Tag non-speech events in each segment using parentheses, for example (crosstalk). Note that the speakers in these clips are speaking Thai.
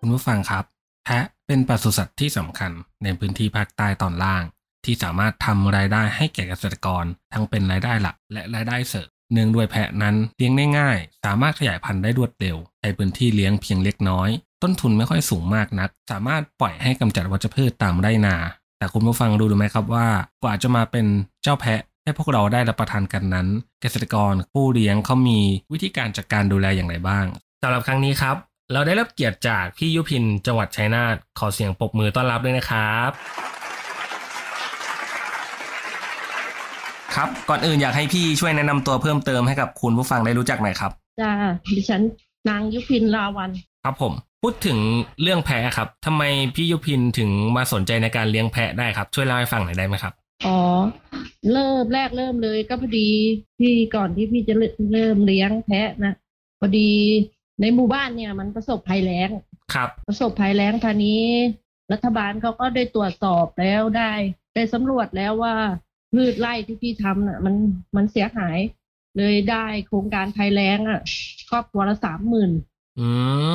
คุณผู้ฟังครับ แพะเป็นปศุสัตว์ที่สำคัญในพื้นที่ภาคใต้ตอนล่าง ที่สามารถทำรายได้ให้แก่เกษตรกร ทั้งเป็นรายได้หลักและรายได้เสริมเนื่องด้วยแพะนั้นเลี้ยงได้ง่าย สามารถขยายพันธุ์ได้รวดเร็วใช้พื้นที่เลี้ยงเพียงเล็กน้อย ต้นทุนไม่ค่อยสูงมากนัก สามารถปล่อยให้กำจัดวัชพืชตามไร่นา แต่คุณผู้ฟังรู้หรือไหมครับว่า กว่าจะมาเป็นเจ้าแพะให้พวกเราได้รับประทานกันนั้น เกษตรกรผู้เลี้ยงเขามีวิธีการจัดการดูแลอย่างไรบ้างสำหรับครั้งนี้ครับ เราได้รับเกียรติจากพี่ยุพินจังหวัดชัยนาทขอเสียงปรบมือต้อนรับด้วยนะครับ ครับก่อนอื่นอยากให้พี่ช่วยแนะนำตัวเพิ่มเติมให้กับคุณผู้ฟังได้รู้จักหน่อยครับ จ้าดิฉันนางยุพินลาวัน ครับผมพูดถึงเรื่องแพะครับทำไมพี่ยุพินถึงมาสนใจในการเลี้ยงแพะได้ครับ ช่วยเล่าให้ฟังหน่อยได้ไหมครับ อ๋อ เริ่มแรกเริ่มเลยก็พอดีที่ก่อนที่พี่จะเริ่มเลี้ยงแพะนะพอดีในหมู่บ้านเนี่ยมันประสบภัยแล้ง ครับ ประสบภัยแล้งคราวนี้ รัฐบาลเขาก็ได้ตรวจสอบแล้วได้ได้สำรวจแล้วว่าพืชไร่ที่พี่ทำน่ะ มันมันเสียหาย เลยได้โครงการภัยแล้งอ่ะครอบครัวละสามหมื่น อื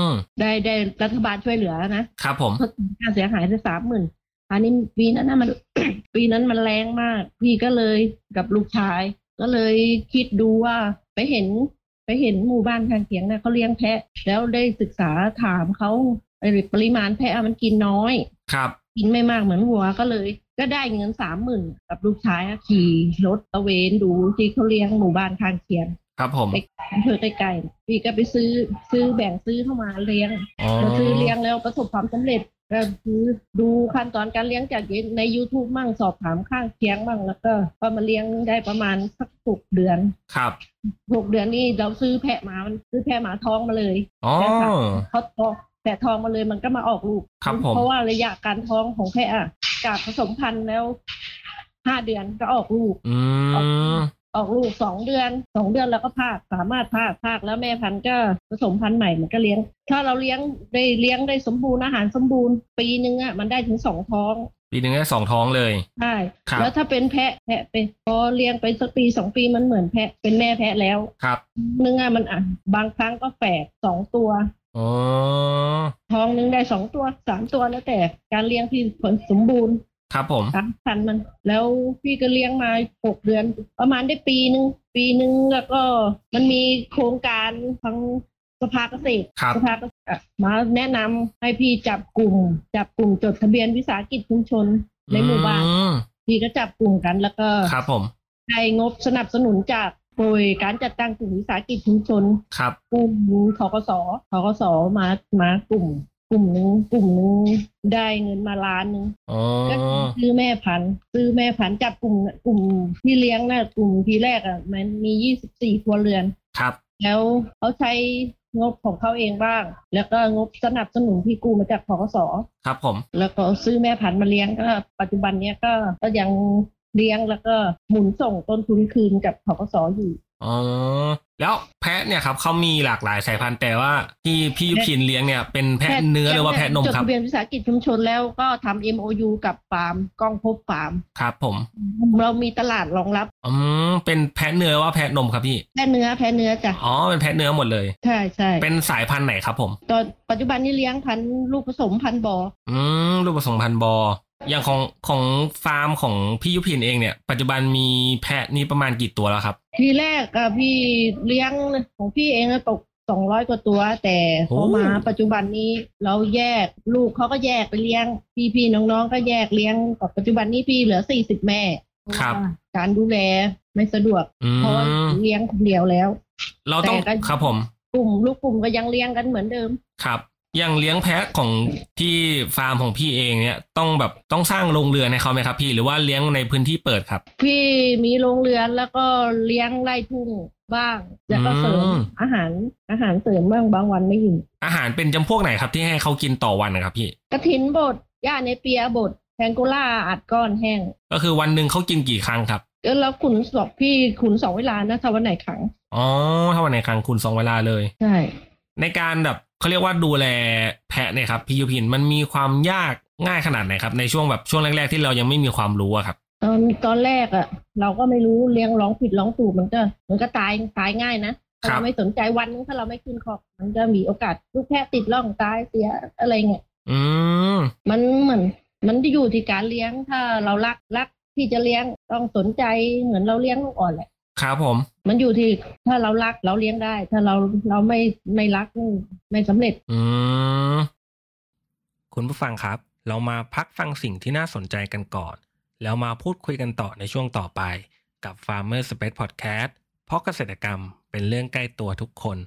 ม ได้ได้รัฐบาลช่วยเหลือนะ ครับผม ค่าเสียหายได้สามหมื่นอันนี้ปีนั้นนะมัน (coughs) ปีนั้นมันแรงมาก พี่ก็เลยกับลูกชาย ก็เลยคิดดูว่าไปเห็น ไปเห็นหมู่บ้านทางเขียงนะเขาเลี้ยงแพะ แล้วได้ศึกษาถามเขาไอ้ปริมาณแพะมันกินน้อย ครับ กินไม่มากเหมือนวัวก็เลย ก็ได้เงินสามหมื่นกับลูกชายอะขี่รถตระเวนดูที่เขาเลี้ยงหมู่บ้านทางเขียง ครับผม อำเภอใกล้ๆพี่ก็ไปซื้อซื้อแบ่งซื้อเข้ามาเลี้ยง อ๋อ เราซื้อเลี้ยงแล้วประสบความสำเร็จก็คือดูขั้นตอนการเลี้ยงจากใน YouTube มั่งสอบถามข้างเคียงมั่งแล้วก็พอมาเลี้ยงได้ประมาณสักหกเดือน ครับ หกเดือนนี่เราซื้อแพะหมามันซื้อแพะหมาท้องมาเลย อ๋อ เขาท้องแต่ท้องมาเลยมันก็มาออกลูก ครับผม เพราะว่าระยะการท้องของแพะอะจากผสมพันธุ์แล้วห้าเดือนก็ออกลูก อืม ออกลูกสองเดือนสองเดือนแล้วก็พากสามารถพากพากแล้วแม่พันธุ์ก็ผสมพันธุ์ใหม่มันก็เลี้ยง ถ้าเราเลี้ยงได้เลี้ยงได้สมบูรณ์อาหารสมบูรณ์ ปีนึงอ่ะมันได้ถึงสองท้อง ปีหนึ่งได้สองท้องเลย ใช่ ครับ แล้วถ้าเป็นแพะแพะเป็นพอเลี้ยงไปสักปีสองปีมันเหมือนแพะเป็นแม่แพะแล้ว ครับ นึงอ่ะมันอ่ะบางครั้งก็แฝดสองตัว อ๋อ ท้องนึงได้สองตัวสามตัวแล้วแต่การเลี้ยงที่ผลสมบูรณ์ ครับผม สามพันธุ์มัน แล้วพี่ก็เลี้ยงมาหกเดือน ประมาณได้ปีหนึ่งปีหนึ่งแล้วก็มันมีโครงการทางสภาเกษตร ครับ สภาเกษตรมาแนะนำให้พี่จับกลุ่ม จับกลุ่มจดทะเบียนวิสาหกิจชุมชนในหมู่บ้าน อืม พี่ก็จับกลุ่มกัน แล้วก็ ครับผม ได้งบสนับสนุนจากโดยการจัดตั้งกลุ่มวิสาหกิจชุมชน ครับ กลุ่มทกสทกสมามากลุ่ม กลุ่มหนึงกลุ่มหนึงได้เงินมาล้านหนึง อ๋อ ก็ซื้อแม่พันธุ์ซื้อแม่พันธุ์จับกลุ่มกลุ่มที่เลี้ยงนะกลุ่มทีแรกอ่ะมันมียี่สิบสี่ครัวเรือน ครับ แล้วเขาใช้งบของเขาเองบ้าง แล้วก็งบสนับสนุนที่กู้มาจากทกส ครับผม แล้วก็ซื้อแม่พันธุ์มาเลี้ยงก็ปัจจุบันเนี้ยก็ก็ยังเลี้ยงแล้วก็หมุนส่งต้นทุนคืนกับทกสอยู่ อ๋อแล้วแพะเนี่ยครับเขามีหลากหลายสายพันธุ์แต่ว่าที่พี่ยุพินเลี้ยงเนี่ยเป็นแพะเนื้อหรือว่าแพะนม จด ครับ ทะเบียนวิสาหกิจชุมชนแล้วก็ทำ MOU กับฟาร์มกล้องพบฟาร์ม ครับผม เรามีตลาดรองรับ อืมเป็นแพะเนื้อหรือว่าแพะนมครับพี่ แพ้เนื้อแพ้เนื้อจ้ะ อ๋อเป็นแพะเนื้อหมดเลย ใช่ใช่ เป็นสายพันธุ์ไหนครับผม ตอนปัจจุบันนี่เลี้ยงพันธุ์ลูกผสมพันธุ์บอ อืมรูปผสมพันธุ์บอ อย่างของของฟาร์มของพี่ยุพินเองเนี่ย ปัจจุบันมีแพะนี่ประมาณกี่ตัวแล้วครับ ทีแรกอะพี่เลี้ยงของพี่เองอะตกสองร้อยกว่าตัว แต่ โอ้ พอมาปัจจุบันนี้เราแยกลูกเขาก็แยกไปเลี้ยง พี่พี่ๆน้องๆ ก็แยกเลี้ยงกับปัจจุบันนี้พี่เหลือสี่สิบแม่ ครับ การดูแลไม่สะดวก อื เพราะว่ามเลี้ยงคนเดียวแล้ว เราต้อง แต่ก็ ครับผม กลุ่มลูกกลุ่มก็ยังเลี้ยงกันเหมือนเดิม ครับ อย่างเลี้ยงแพะของที่ฟาร์มของพี่เองเนี่ยต้องแบบต้องสร้างโรงเรือนให้เขาไหมครับ พี่หรือว่าเลี้ยงในพื้นที่เปิดครับ พี่มีโรงเรือนแล้วก็เลี้ยงไร่ทุ่งบ้าง แล้วก็เสริ อื ม ม อาหารอาหารเสริมบ้างบางวันไม่กิน อาหารเป็นจำพวกไหนครับที่ให้เขากินต่อวันนะครับพี่ กระถินบดหญ้าเนเปียบดแพงโกล่าอัดก้อนแห้ง ก็คือวันหนึ่งเขากินกี่ครั้งครับ แล้วขุนสอบพี่ขุนสองเวลานะถ้าวันไหนขัง อ๋อ ถ้าวันไหนครั้งคุณสองเวลาเลย ใช่ ในการแบบเขาเรียกว่าดูแลแพะเนี่ยครับพี่ยุพินมันมีความยากง่ายขนาดไหนครับ ในช่วงแบบช่วงแรก ๆ ที่เรายังไม่มีความรู้อะครับ ตอนตอนแรกอะ่ะ เราก็ไม่รู้เลี้ยงร้องผิดร้องถูกมันก็ มันก็ตายตายง่ายนะถ้า ครับเราไม่สนใจวันนึงถ้าเราไม่ขึ้นขอบมันก็มีโอกาสลูกแพะติดร่องตายเสียอะไรเงี้ย อืม มันเหมือนมันอยู่ที่การเลี้ยงถ้าเรารักรักที่จะเลี้ยงต้องสนใจเหมือนเราเลี้ยงลูกอ่อนแหละ ครับผม มันอยู่ที่ถ้าเรารักเราเลี้ยงได้ ถ้าเราเราไม่ไม่รักไม่สำเร็จ อืม คุณผู้ฟังครับ เรามาพักฟังสิ่งที่น่าสนใจกันก่อน แล้วมาพูดคุยกันต่อในช่วงต่อไป กับ Farmer Space Podcast เพราะเกษตรกรรมเป็นเรื่องใกล้ตัวทุกคน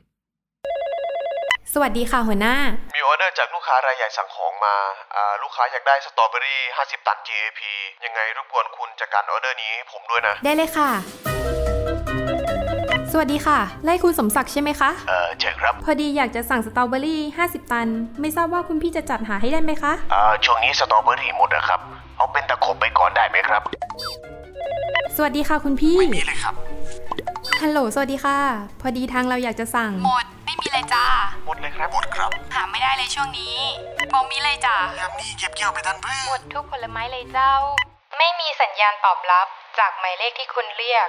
สวัสดีค่ะหัวหน้า มีออเดอร์จากลูกค้ารายใหญ่สั่งของมาอ่าลูกค้าอยากได้สตรอเบอรี่ 50 ตัน GAP ยังไงรบกวนคุณจัดการออเดอร์นี้ให้ผมด้วยนะ ได้เลยค่ะ สวัสดีค่ะไล่คุณสมศักดิ์ใช่ไหมคะ เออเชิญครับ พอดีอยากจะสั่งสตรอเบอรี่ 50 ตัน ไม่ทราบว่าคุณพี่จะจัดหาให้ได้ไหมคะ อ่าช่วงนี้สตรอเบอรี่หมดนะครับ เอาเป็นตะขบไปก่อนได้ไหมครับ สวัสดีค่ะคุณพี่ นี่เลยครับ ฮัลโหล สวัสดีค่ะ พอดีทางเราอยากจะสั่ง หมด ไม่มีเลยจ้า หมดเลยครับ หมดครับ หาไม่ได้เลยช่วงนี้บอมมีเลยจ้า ยามนี้เก็บเกี่ยวไปทันเพื่อ หมดทุกผลไม้เลยเจ้า ไม่มีสัญญาณตอบรับจากหมายเลขที่คุณเรียก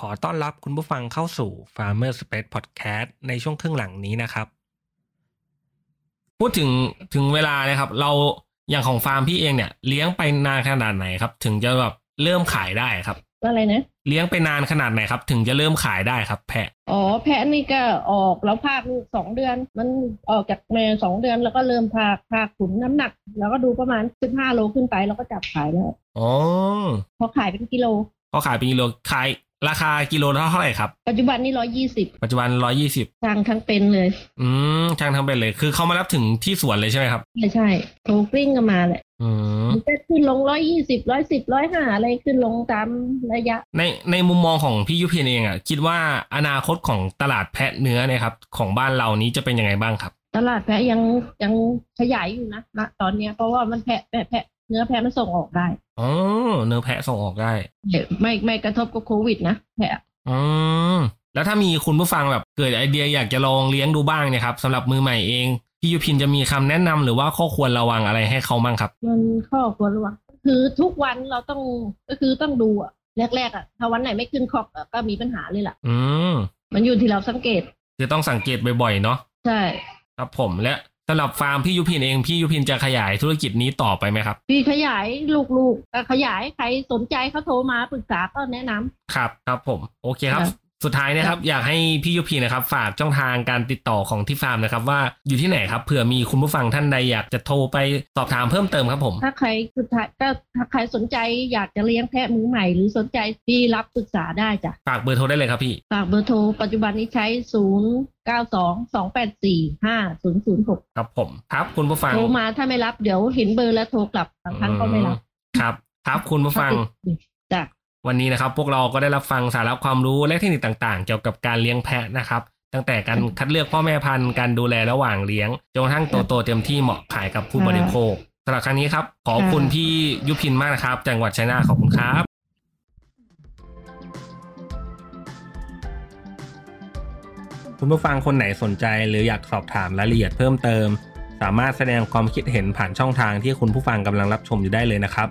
ขอต้อนรับคุณผู้ฟังเข้าสู่ Farmer Space Podcast ในช่วงครึ่งหลังนี้นะครับ พูดถึงถึงเวลานะครับ เราอย่างของฟาร์มพี่เองเนี่ย เลี้ยงไปนานขนาดไหนครับ ถึงจะแบบเริ่มขายได้ครับ อะไรนะ เลี้ยงไปนานขนาดไหนครับ ถึงจะเริ่มขายได้ครับ แพะ อ๋อแพะนี่ก็ออกแล้วภาคลูกสองเดือน มันออกจากแม่สองเดือนแล้วก็เริ่มภาคภาคขุนน้ำหนัก แล้วก็ดูประมาณสิบห้าโลขึ้นไปแล้วก็จับขายแล้ว อ๋อ พอขายเป็นกิโล ก็ขายเป็นกิโลขายราคากิโลเท่าไหร่ครับ ปัจจุบันนี่ร้อยยี่สิบ ปัจจุบันร้อยี่สิบ ทางทั้งเป็นเลย อืมช่างทำเป็นเลย คือเขามารับถึงที่สวนเลยใช่ไหมครับ ใช่ใช่โตกลิ้งกันมาแหละ อืม มันจะขึ้นลงร้อยยี่สิบร้อยสิบร้อยห้าอะไรขึ้นลงตามระยะ ในในมุมมองของพี่ยุพินเองอ่ะคิดว่าอนาคตของตลาดแพะเนื้อเนะครับ ของบ้านเรานี้จะเป็นยังไงบ้างครับ ตลาดแพะยังยังขยายอยู่นะณตอนเนี้ยเพราะว่ามันแพะแพะแพะเนื้อแพะมันส่งออกได้ อ๋อเนื้อแพะส่งออกได้ ไม่ไม่กระทบกับโควิดนะแพะ อืมแล้วถ้ามีคุณผู้ฟังแบบเกิดไอเดียอยากจะลองเลี้ยงดูบ้างเนี่ยครับสำหรับมือใหม่เองพี่ยุพินจะมีคำแนะนำหรือว่าข้อควรระวังอะไรให้เขาบ้างครับ มันข้อควรระวังคือทุกวันเราต้องก็คือต้องดูอะแรกๆอะถ้าวันไหนไม่ขึ้นคอกอะก็มีปัญหาเลยล่ะ อืม มันอยู่ที่เราสังเกต คือต้องสังเกตบ่อยๆเนาะ ใช่ ครับผมและสำหรับฟาร์มพี่ยุพินเองพี่ยุพินจะขยายธุรกิจนี้ต่อไปไหมครับ พี่ขยายลูกๆแต่ขยายใครสนใจเขาโทรมาปรึกษาก็แนะนำ ครับครับผมโอเคครับ ครับ สุดท้ายนะครับ อยากให้พี่ยุพีนะครับ ฝากช่องทางการติดต่อของที่ฟาร์มนะครับ ว่าอยู่ที่ไหนครับเผื่อมีคุณผู้ฟังท่านใดอยากจะโทรไปสอบถามเพิ่มเติมครับผม ถ้าใครสุดท้ายก็ถ้าใครสนใจอยากจะเลี้ยงแพะมือใหม่ หรือสนใจพี่รับปรึกษาได้จ้ะ ฝากเบอร์โทรได้เลยครับพี่ ฝากเบอร์โทรปัจจุบันนี้ใช้ศูนย์เก้าสองสองแปดสี่ห้าศูนย์ศูนย์หก ครับผมครับคุณผู้ฟัง โทรมาถ้าไม่รับเดี๋ยวเห็นเบอร์แล้วโทรกลับบางครั้งก็ไม่รับ อืมครับ ครับคุณผู้ฟัง จ้ะ วันนี้นะครับ พวกเราก็ได้รับฟังสาระความรู้และเทคนิคต่างๆ เกี่ยวกับการเลี้ยงแพะนะครับ ตั้งแต่การคัดเลือกพ่อแม่พันธุ์การดูแลระหว่างเลี้ยงจนกระทั่งโตโตๆเต็มที่เหมาะขายกับผู้บริโภคสำหรับครั้งนี้ครับขอบคุณพี่ยุพินมากนะครับจากจังหวัดชัยนาทขอบคุณครับ คุณผู้ฟังคนไหนสนใจหรืออยากสอบถามรายละเอียดเพิ่มเติม สามารถแสดงความคิดเห็นผ่านช่องทางที่คุณผู้ฟังกำลังรับชมอยู่ได้เลยนะครับ